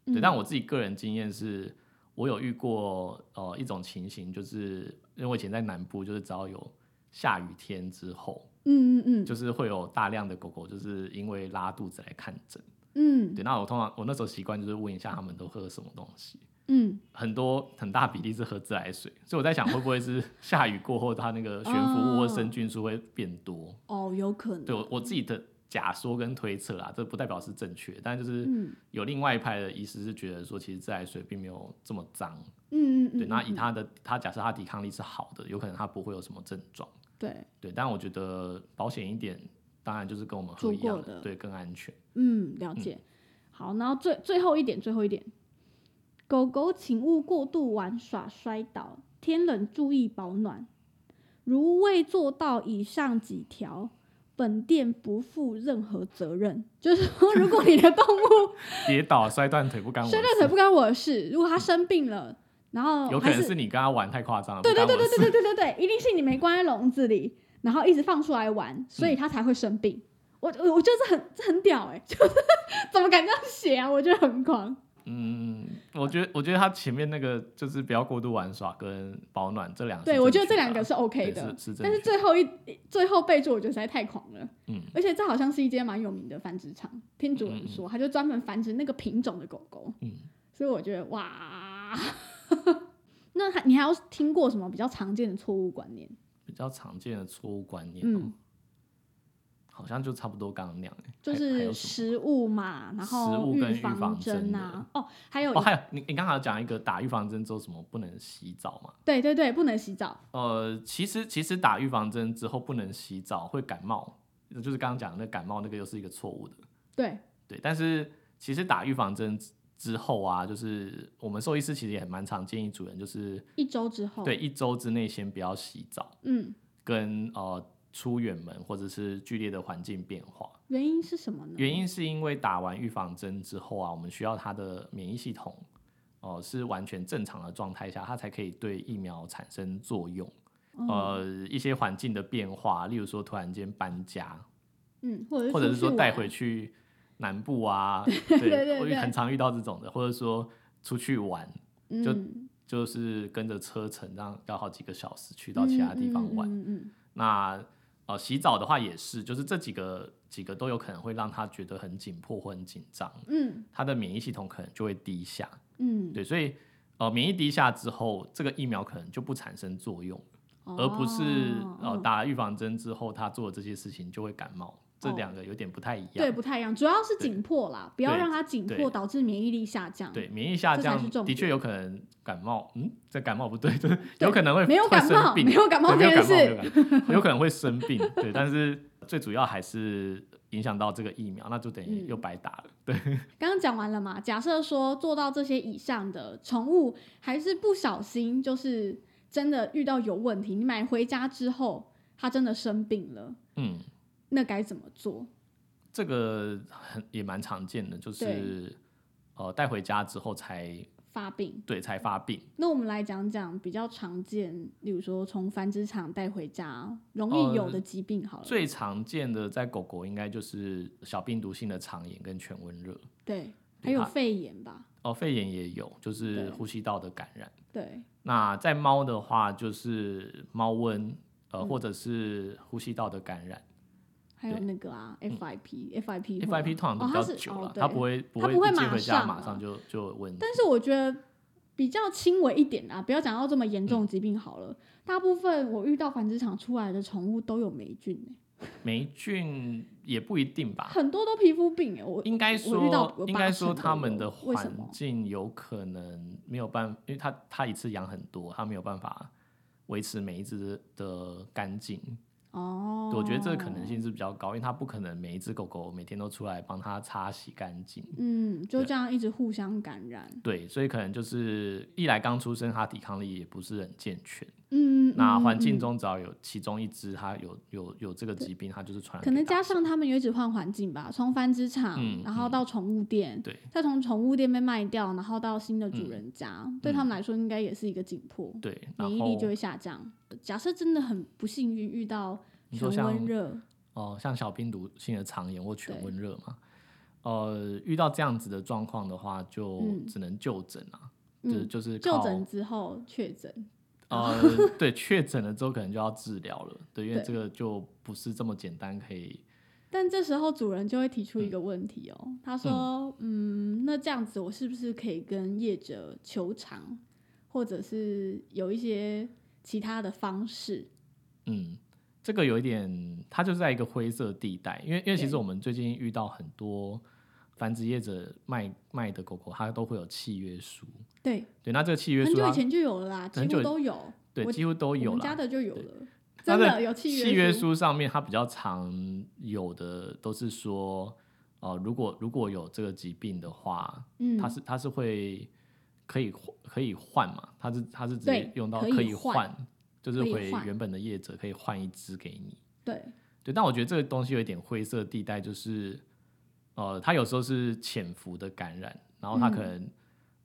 对，
嗯
但我自己个人经验是，我有遇过呃一种情形，就是因为我以前在南部，就是只要有下雨天之后，
嗯嗯嗯
就是会有大量的狗狗就是因为拉肚子来看诊。
嗯
对，那我通常我那时候习惯就是问一下他们都喝什么东西，
嗯，
很多很大比例是喝自来水，所以我在想会不会 是下雨过后它那个悬浮物或生菌数会变多？
哦，有可
对
能，
我我自己的假说跟推测啦，这不代表是正确，但就是
嗯
有另外一派的医师是觉得说，其实自来水并没有这么脏。
嗯嗯嗯，
对，那以
嗯
他的他假设他抵抗力是好的，有可能他不会有什么症状。
对，
对，但我觉得保险一点，当然就是跟我们喝
做
一样
过的
对，更安全。
嗯，了解。好，然后最最后一点，最后一点，狗狗请勿过度玩耍摔倒，天冷注意保暖。如未做到以上几条，本店不负任何责任。就是说，如果你的动物
跌倒摔断腿不干我
摔
的
断腿
事，
不干我的事，如果它生病了，然后
有可
还
能
是
是你跟他玩太夸张了，
对对
不
对
干我的
对对
事。
对对对对，一定是你没关在笼子里，然后一直放出来玩，所以
嗯
它才会生病。我我我觉得这很这很屌哎、 就是怎么敢这样写啊？我觉得很狂。
嗯，我
呃
觉得我觉得他前面那个就是不要过度玩耍跟保暖这两个是正确的
对，
啊，
我觉得这两个是 OK
对
的，
是是正
但是
确的。
最后一最后备注我觉得实在太狂了，
嗯
而且这好像是一间蛮有名的繁殖场，听主人说，他就专门繁殖那个品种的狗狗，
嗯，
所以我觉得哇， 那还你还有听过什么比较常见的错误观念？
比较常见的错误观念、哦，
嗯，
好像就差不多刚刚那样、欸。
就
还还
是
有什么
食物嘛，然
食
后
物跟预
防
防针
啊，哦，还有一、
哦，还有你你刚好讲一个打预防针之后什么不能洗澡嘛？
对对对，不能洗澡，
呃，其实其实打预防针之后不能洗澡会感冒，就是刚刚讲的那个感冒那个又是一个错误的。
对，
对，但是其实打预防针之之后啊，就是我们兽医师其实也蛮常建议主人就是
一周之后，
对，一周之内先不要洗澡，
嗯，
跟呃出远门或者是剧烈的环境变化。
原因是什么呢？
原因是因为打完预防针之后啊，我们需要它的免疫系统哦、呃是完全正常的状态下，它才可以对疫苗产生作用。
嗯
呃，一些环境的变化，例如说突然间搬家，
嗯，或者
或者
出
是说
去
带
玩
回去南部啊，
对对
我
对
很常遇到这种的，或者说出去玩，就
嗯
就是跟着车程，这样要好几个小时去到其他地方玩。
嗯嗯嗯嗯嗯
那呃，洗澡的话也是，就是这几个几个都有可能会让他觉得很紧迫或很紧张。
嗯
他的免疫系统可能就会低下，
嗯，
对，所以呃，免疫低下之后，这个疫苗可能就不产生作用，而不是
哦
呃
嗯
打了预防针之后，他做的这些事情就会感冒，这
哦
两个有点不太一
对
样。
不太一样，主要是紧迫啦，不要让它紧迫
对
导致免疫力下降。
对，免疫下
这才
降
是重
的确
点
有可能感冒，嗯，这感冒不对，就是有可能会
没有
会
感冒
生病
没有 感冒
对没有
这件
感冒，没有感冒 有可能会生病，对，但是最主要还是影响到这个疫苗，那就等于
嗯
又白打了。
刚刚讲完了嘛，假设说做到这些以上的宠物，还是不小心就是真的遇到有问题，你买回家之后它真的生病了，
嗯，
那该怎么做？
这个很也蛮常见的，就是呃带回家之后才
发病，
对才发病，
那我们来讲讲比较常见，例如说从繁殖场带回家容易有的疾病好了，
哦最常见的在狗狗应该就是小病毒性的肠炎跟全温热，
对，还有
它
肺炎吧，
哦肺炎也有，就是
对
呼吸道的感染。
对，
那在猫的话就是猫瘟，呃、
嗯
或者是呼吸道的感染。
还有
对
那个啊，FIP，FIP，FIP
FIP 通常都比较久
哦
了，
它是哦
它
对
不会不
它
会
不会
一接
马
回家
上
马
啊
上就就有问题。
但是我觉得比较轻微一点啊，不要讲到这么严
嗯
重的疾病好了。大部分我遇到繁殖场出来的宠物都有霉菌、欸，
霉菌也不一定吧，
很多都皮肤病、欸。我
应该
我遇到
说，
有
应
八
该
成
说他
都
们
有
的
为什
环
么？
境有可能没有办法，因为他他一次养很多，他没有办法维持每一只的干净。
哦，
我觉得这个可能。性是比较高，因为他不可能每一只狗狗每天都出来帮它擦洗干净。
嗯，就这样一直互相感染。
对，所以可能就是一来刚出生，它抵抗力也不是很健全。
嗯，
那
嗯
环境、
嗯
中只要有其中一只它有有有这个疾病，它就是传
嗯
啊染给大家。
可能加上他们有一直换环境吧，从繁殖场，
嗯
然后到宠物店，
对
再从宠物店被卖掉，然后到新的主人家，对他们来说应该也是一个紧迫。
对，嗯然
免疫
后
力就会下降。假设真的很不幸运遇到
你
全
说
温
像
热，
哦、像小病毒性的肠炎或全
对
温热嘛，呃，遇到这样子的状况的话，就
嗯
只能就诊啊，就
嗯，
就是
就
靠
诊之后确诊，
呃， 对，确诊了之后可能就要治疗了，对，因为
对
这个就不是这么简单可以，
但这时候主人就会提
嗯
出一个问题哦，他说：“嗯，那这样子我是不是可以跟业者求偿，或者是有一些其他的方式
嗯，这个有一点，它就是在一个灰色地带，因为因为其实
对
我们最近遇到很多繁殖业者卖卖的狗狗，它都会有契约书，？”
对，
对，那这个契约
很
书
久以
它
前就有了啦，几
很久
乎
以
都有，
对
我
几乎都有
我们
啦
家。的就有了，
它
真的
的
有契
契约
书。
书上面，它比较常有的都是说，哦、如果如果有这个疾病的话，
嗯，
它是它是会可以可以换嘛？它是它是直接
对
用到
可以
可以
换
换，就是
可以
回
换
原本的业者可以换一只给你。
对，
对，但我觉得这个东西有一点灰色地带，就是呃，它有时候是潜伏的感染，然后它可
嗯
能、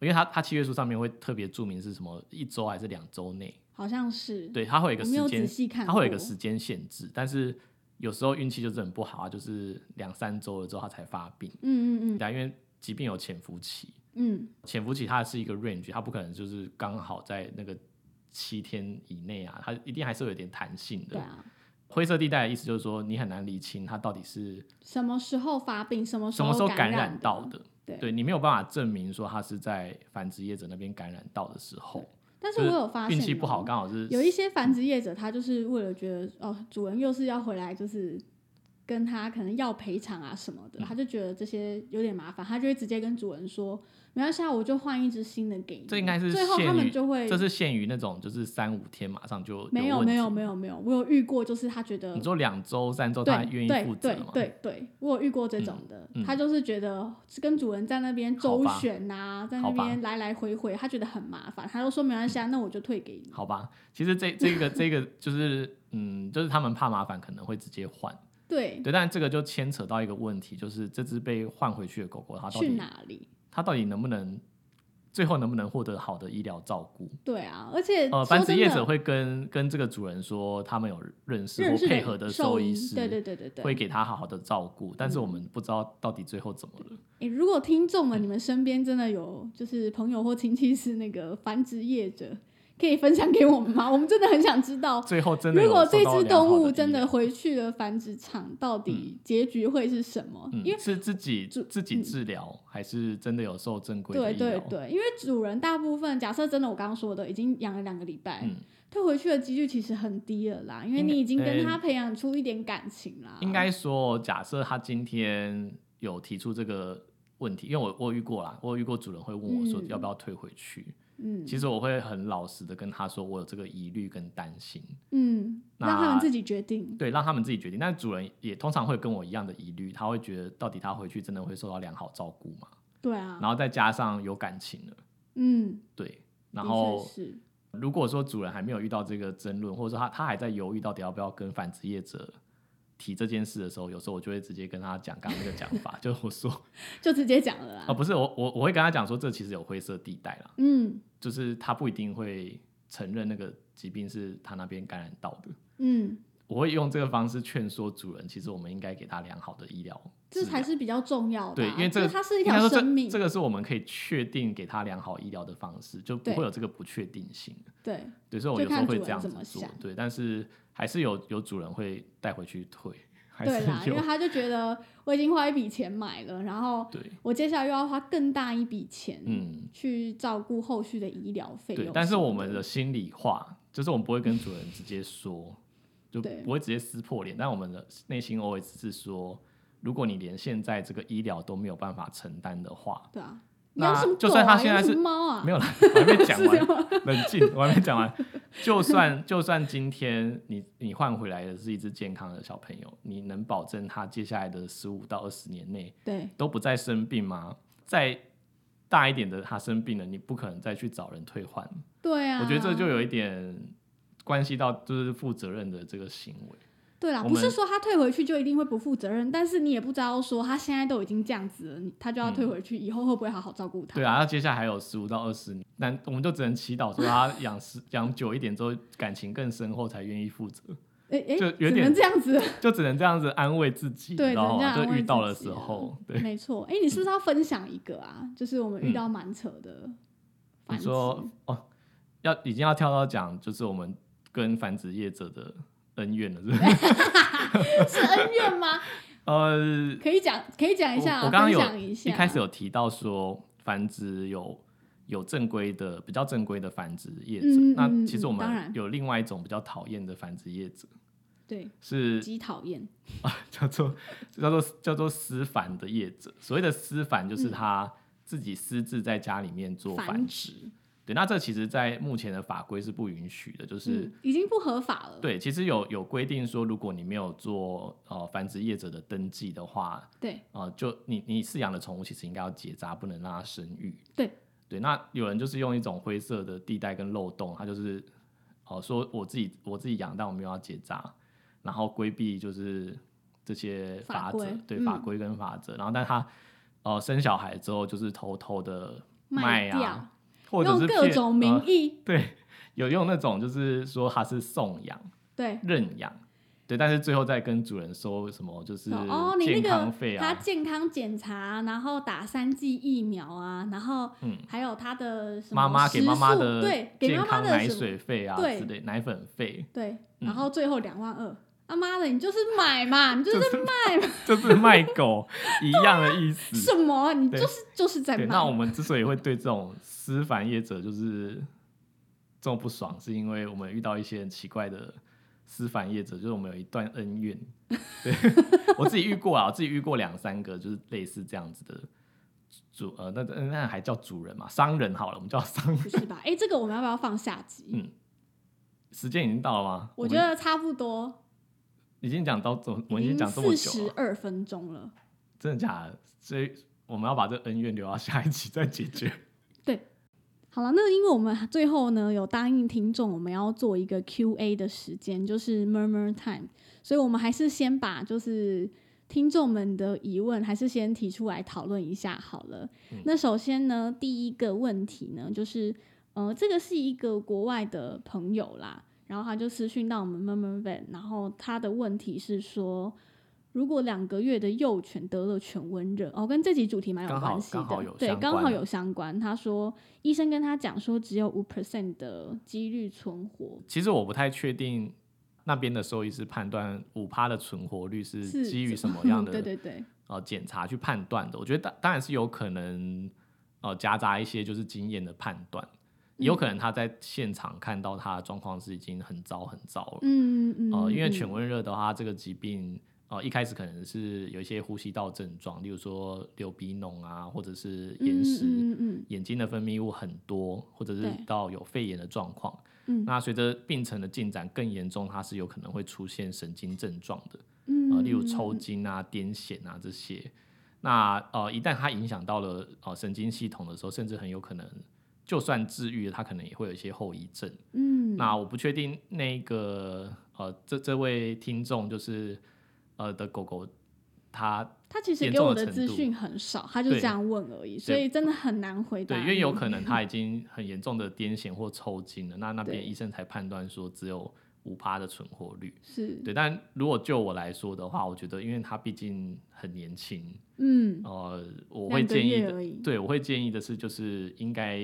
因为它它契约书上面会特别注明是什么一周还是两周内，
好像是。
对，它会有一个
我没有
时
仔
间
细看
它
过，
会有一个时间限制，但是有时候运气就是很不好啊，就是两三周了之后它才发病，
嗯嗯
对啊，因为疾病有潜伏期，
嗯
潜伏期它是一个 range，它不可能就是刚好在那个七天以内啊，它一定还是会有点弹性
嗯，对
的。
啊，
灰色地带的意思就是说，你很难理清它到底是
什么时候发病，什么
什么时候
感
感染
的
到？的，
对
对你没有办法证明说它是在繁殖业者那边感染到的时候，
但是
就
我
是
有发现
运气不
哦
好，刚好是
有一些繁殖业者，他就是为了觉得哦，主人又是要回来，就是跟他可能要赔偿啊什么
嗯
的，他就觉得这些有点麻烦，他就会直接跟主人说，没关系，啊，我就换一只新的给你。
这应该是
最后他
限
们
于
就会
这是限于那种就是三五天马上就
没
有
有
问
没
题
有没有没有，我有遇过，就是他觉得
你说两周、三周，他
对
愿意
对
负责
对
吗？
对对，我有遇过这种的，
嗯嗯
他就是觉得跟主人在那边
好
周
吧
旋呐、在那
好吧
边来来回回，他觉得很麻烦，他就说没关系啊，那我就退给你。
好吧，其实这这个这个就是，嗯，就是他们怕麻烦，可能会直接换。
对，
对，但这个就牵扯到一个问题，就是这只被换回去的狗狗，它啊到
去
底
哪里？
它到底能不能最后能不能获得好的医疗照顾？
对啊，而且
呃，
说
繁殖
真
业
的
者会跟跟这个主人说，他们有认识
认
或
识
配合的
兽
兽医
医
师，
对对对对对。
会给他好好的照顾，但是我们不知道到底最后怎么了。
诶如果听众
嗯
们你们身边真的有就是朋友或亲戚是那个繁殖业者，可以分享给我们吗？我们真的很想知道，
最后 真的
如
有
果
受
这
到
只
良好
动物
医
真
疗
的回去了繁殖场，到底结局会是什么？因为
嗯、是自己
主
自己治疗，还是真的有受正规的
对
医疗？
对对，因为主人大部分假设真的我刚刚说的，已经养了两个礼拜，
嗯
退回去的几率其实很低了啦，因为
应该
你已经跟
呃
它培养出一点感情啦。
应该说，假设他今天有提出这个问题，因为我我有遇过啦，我有遇过主人会问我说
嗯
要不要退回去，
嗯
其实我会很老实的跟他说我有这个疑虑跟担心，
嗯，
那
让他们自己决定。
对，让他们自己决定。但主人也通常会跟我一样的疑虑，他会觉得到底他回去真的会受到良好照顾吗？
对啊，
然后再加上有感情了，
嗯，
对，然
的确
后
是
如果说主人还没有遇到这个争论，或者说他他还在犹豫到底要不要跟繁殖业者提这件事的时候，有时候我就会直接跟他讲刚刚那个讲法， 就是我说啊、
就直接讲了啦。
不是我我我会跟他讲说这其实有灰色地带啦，
嗯
就是他不一定会承认那个疾病是他那边感染到的。
嗯，
我会用这个方式劝说主人，其实我们应该给他良好的医疗治
这
疗，
才是比较重要的啊、
对，因为这
就
个
是它是一
应该
条
说这
生命，
这个是我们可以确定给他良好医疗的方式，就不
对
会有这个不确定性。
对，
对，所以我
就
有时候
看
会
主
这
人
样子
怎么
做
想，
对，但是还是有有主人会带回去退，还
对啦，
是
因为
有
他就觉得我已经花一笔钱买了，然后
对，
我接下来又要花更大一笔钱，
嗯，
去照顾后续的医疗费用什
对
么。，
但是我们的心里话就是我们不会跟主人直接说，就
对
不会直接撕破脸，但我们的内心 always 是说，如果你连现在这个医疗都没有办法承担的话，
对啊，
那
养什么狗啊？
就算他现在
养什
是
么猫啊，
没有啦，我还没 讲
是
完，
吗？
冷静，我还没讲完。就算就算今天你你换回来的是一只健康的小朋友，你能保证他接下来的十五到二十年内
对
都不再生病吗？再大一点的他生病了，你不可能再去找人退换。
对啊，
我觉得这就有一点关系到就是负责任的这个行为。
对啦，
我
不是
们
说他退回去就一定会不负责任，但是你也不知道说他现在都已经这样子了，你他就要退回去，以后会不会好好照顾他？
嗯对啊，那接下来还有十五到二十年，那我们就只能祈祷说他养十养久一点之后，感情更深厚才愿意负责，
诶，哎哎，
就有
只
点
能这样子，
就只能这样子安慰自己，
对
你知道
只能
吗？
这样
就
安慰
遇到的
自己
时
啊
候，对。
没错。哎、你是不是要分享一个啊？就是我们遇
嗯
到蛮扯的
你
繁殖，
说哦，要已经要跳到讲就是我们跟繁殖业者的恩怨了，是不是？
是恩怨吗？
呃，
可以讲，可以讲一下、啊，
我我刚刚有
分享一下。
一开始有提到说繁殖有有正规的比较正规的繁殖业者，
嗯嗯
那
嗯
其实我
当然
们有另外一种比较讨厌的繁殖业者
对，
是
极讨厌，
叫做叫做叫做私繁的业者。所谓的私繁就是
嗯
他自己私自在家里面做繁殖。
繁殖，
对，那这其实在目前的法规是不允许的，就是、
嗯，已经不合法了。
对，其实有有规定说，如果你没有做呃繁殖业者的登记的话，
对
呃，就你你饲养的宠物其实应该要结扎，不能让它生育。
对
对，那有人就是用一种灰色的地带跟漏洞，他就是哦、呃说我自己我自己养，但我没有要结扎，然后规避就是这些
法
法则，
规
对
嗯
法规跟法则，然后但他呃生小孩之后就是偷偷的卖
掉，
啊，或者
用
是
各
骗
种
呃
名义，
对，有用那种就是说它是送养、
对，
认养，对，但是最后再跟主人收什么就是
说哦，你那
健
个
康费
他
啊，
健康检查，然后打三剂疫苗啊，然后
嗯
还有他的什么
妈妈给妈妈
食宿
的
对，给
健
妈妈
康
的
奶
什么
水费啊
对
之类，奶粉费
对，
嗯
然后最后两万二，他妈的，你就是买嘛， 你就是卖嘛，
就是卖 狗一样的意思。
什么，啊你
嗯对
就是就是在
对，那我
卖，
们之所以会对这种私繁业者就是这么不爽，是因为我们遇到一些很奇怪的私繁业者，就是我们有一段恩 怨。对我自己遇过啊，我自己遇过两三个，就是类似这样子的主呃，那那那还叫主人嘛？商人好了，我们叫商人。
不是吧？哎，这个我们要不要放下集？
嗯，时间已经到了吗？
我觉
们
得差不多，
已经讲到这，我们已经
经
讲这么
四
久
十
了，
二分钟了。
真的假的？所以我们要把这恩怨留到下一集再解决。
好了，那因为我们最后呢有答应听众，我们要做一个 Q&A 的时间，就是 Murmur Time，所以我们还是先把就是听众们的疑问，还是先提出来讨论一下好了。
嗯
那首先呢，第一个问题呢，就是呃，这个是一个国外的朋友啦，然后他就私讯到我们 Murmur Van，然后他的问题是说。如果两个月的幼犬得了犬瘟热，哦，跟这集主题蛮有
刚好
关系
刚好
的
有，
对，
相
刚
关
好有相关。他说，医生跟他讲说，只有五 percent 的几率存活。
其实我不太确定那边的兽医师判断五趴的存活率是
是
基于
怎
什么样 的
对对对，
呃检查去判断的。我觉得当当然是有可能呃夹杂一些就是经验的判断，
嗯
也有可能他在现场看到他的状况是已经很糟很糟了。
嗯嗯，
呃，因为
嗯
犬瘟热的话，这个疾病呃一开始可能是有一些呼吸道症状，例如说流鼻脓啊，或者是眼屎。
嗯嗯嗯
眼睛的分泌物很多，或者是
对
到有肺炎的状况。
嗯
那随着病程的进展更严重，它是有可能会出现神经症状的，
嗯
呃，
嗯，
例如抽筋啊、癫痫啊这些。那呃，一旦它影响到了呃神经系统的时候，甚至很有可能，就算治愈了，它可能也会有一些后遗症。
嗯，
那我不确定那个呃，这这位听众就是呃的狗狗，它
他其实
严
给
重
我
的
的
程
资
度
讯很少，他就
对
这样问而已，所以真的很难回答
对，
你。
因为有可 能他已经很严重的癫痫或抽筋了，那那
对
边医生才判断说只有五趴的存活率。
是，
对，但如果就我来说的话，我觉得因为他毕竟很年轻，
嗯，
呃，我会
两个
建议
月
的，
而已，
对我会建议的是，就是应该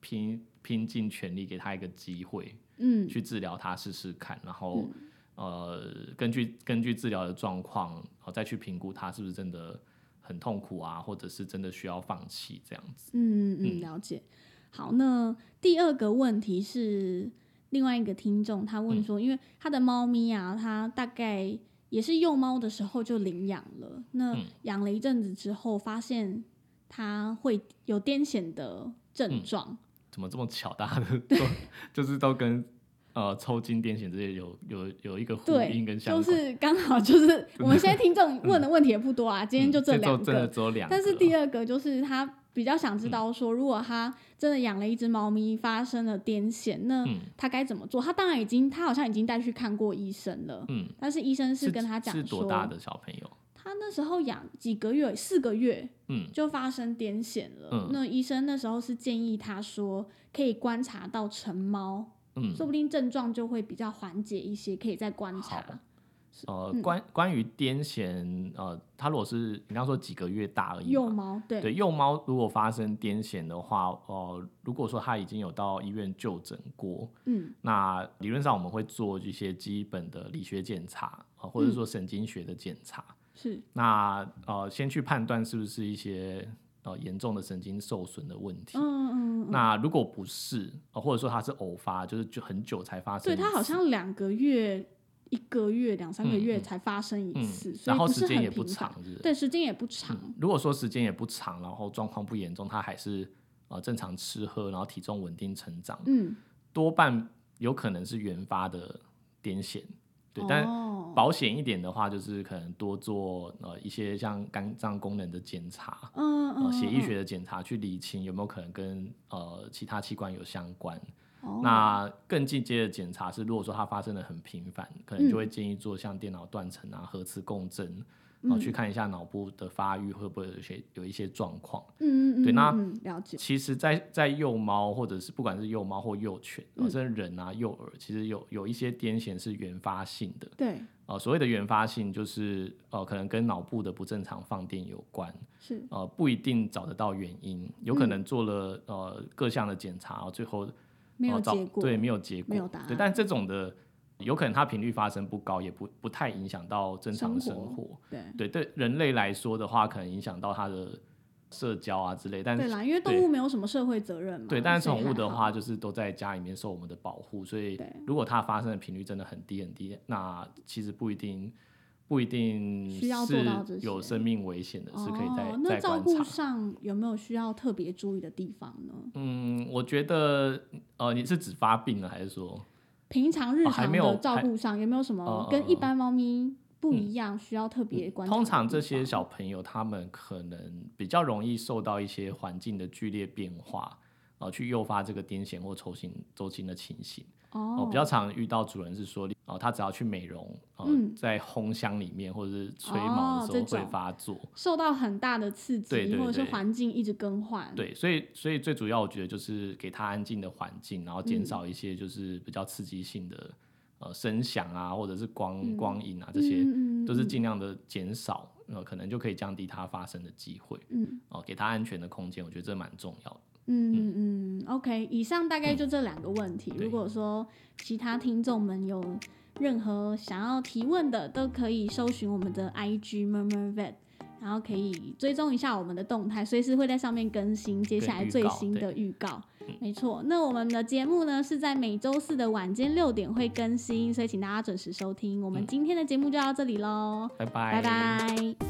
拼拼尽全力给他一个机会
嗯，
去治疗他试试看，然后、呃，根据根据治疗的状况，然后再去评估他是不是真的很痛苦啊，或者是真的需要放弃这样子。
嗯嗯，
嗯
了解。好，那第二个问题是另外一个听众他
嗯
问说，因为他的猫咪啊，他大概也是幼猫的时候就领养了，那
嗯
养了一阵子之后，发现它会有癫痫的症
嗯
状，
怎么这么巧，大家都都就是都跟呃抽筋、癫痫这些有有有一个呼应
对，
跟相
就
关。
是刚好 就是我们现在听众问的问题也不多啊，今天就
嗯
这
这
两
周真
个
的，只有两个。嗯
但是第
二，
二个就是他比较想知道说，如果他真的养了一只猫咪发生了癫痫，那
嗯
他该怎么做？他当然已经，他好像已经带去看过医生了，
嗯，
但是医生是跟他讲
是
说，
多大的小朋友？
他那时候养几个月，四个月
嗯
就发生癫痫了。
嗯
那医生那时候是建议他说，可以观察到成猫，
嗯，
说不定症状就会比较缓解一些，可以再观察
好。呃，
嗯
关关于癫痫，呃，它如果是你刚刚说几个月大而已嘛，
幼猫，对，
对，幼猫如果发生癫痫的话，呃，如果说它已经有到医院就诊过，
嗯
那理论上我们会做一些基本的理学检查，呃、或
嗯
者说神经学的检查。
是，
那呃，先去判断是不是一些呃严重的神经受损的问题。
嗯嗯嗯，
那如果不是、呃，或者说它是偶发，就是就很久才发生
对，
一次，
它好像两个月、一个月、两三个
嗯
月
嗯
才发生一
嗯
次，，所以
然后
不
时
是
间
很
也不
频
长嗯
繁，，
是不是
对，时间也不长，
如果说时间也不长，然后状况不严重，他还是呃正常吃喝，然后体重稳定成长，
嗯，
多半有可能是原发的癫痫。对，但
哦，
保险一点的话，就是可能多做呃一些像肝脏功能的检查，
嗯
呃
嗯，
血液
嗯
学的检查，去理清有没有可能跟呃其他器官有相关。
哦
那更进阶的检查是，如果说它发生的很频繁，可能就
嗯
会建议做像电脑断层啊、核磁共振，然后
嗯
去看一下脑部的发育会不会有一些有一些状况。
嗯嗯嗯，
对那
嗯嗯了解，
其实在，在幼猫或者是不管是幼猫或幼犬，
嗯
或者人啊、幼儿，其实有有一些癫痫是原发性的。
对，
呃，所谓的原发性就是呃，可能跟脑部的不正常放电有关，
是，
呃，不一定找得到原因，有可
嗯
能做了、呃各项的检查，最后
没有
哦找
结果，
对，没有结果，
没有答
对，
案
但这种的有可能它频率发生不高，也不不太影响到正常的
生
生
活
活。
对，
对，对人类来说的话，可能影响到它的社交啊之类，但
对
是
啦，因为动物没有什么社会责任嘛，
对，但是
所以
宠物
还
的
好
话，，就是都在家里面受我们的保护，所以
对
如果它发生的频率真的很低很低，那其实不一定不一定
需要做到这
是有
些
生命危险的，是可以再
哦、那
再
照
观
顾
察。
上有没有需要特别注意的地方呢？
嗯，我觉得呃，你是指发病了还是说？
平常日
哦还
常
没有
的照顾上有没有什么
呃
跟一
呃
般猫咪不一样，需要特别关注、
嗯通常这些，小朋友他们可能比较容易受到一些环境的剧烈变化，呃，去诱发这个癫痫或抽筋周筋的情形。
哦
哦，，比较常遇到主人是说，哦，他只要去美容，哦、
嗯
在烘箱里面或者是吹
哦
毛的时
这
候会
种
发作。
受到很大的刺激，
对对
或者是
对
环境一直更换，，
对，所以所以最主要我觉得就是给他安静的环境，然后
嗯
减少一些就是比较刺激性的、呃声响啊，或者是光、
嗯
光影啊这些，
嗯嗯嗯
都是尽量的减少，呃，可能就可以降低它发生的机会。
嗯
哦，给他安全的空间，我觉得这蛮重要的。
嗯嗯嗯，OK，以上大概就这两个问题。
嗯对
如果说其他听众们有任何想要提问的，都可以搜寻我们的 IG Murmur Vet，然后可以追踪一下我们的动态，随时会在上面更新接下来最新的预告。没错，那我们的节目呢是在每周四的晚间六点会更新，所以请大家准时收听。我们今天的节目就到这里喽，
嗯拜拜，
拜拜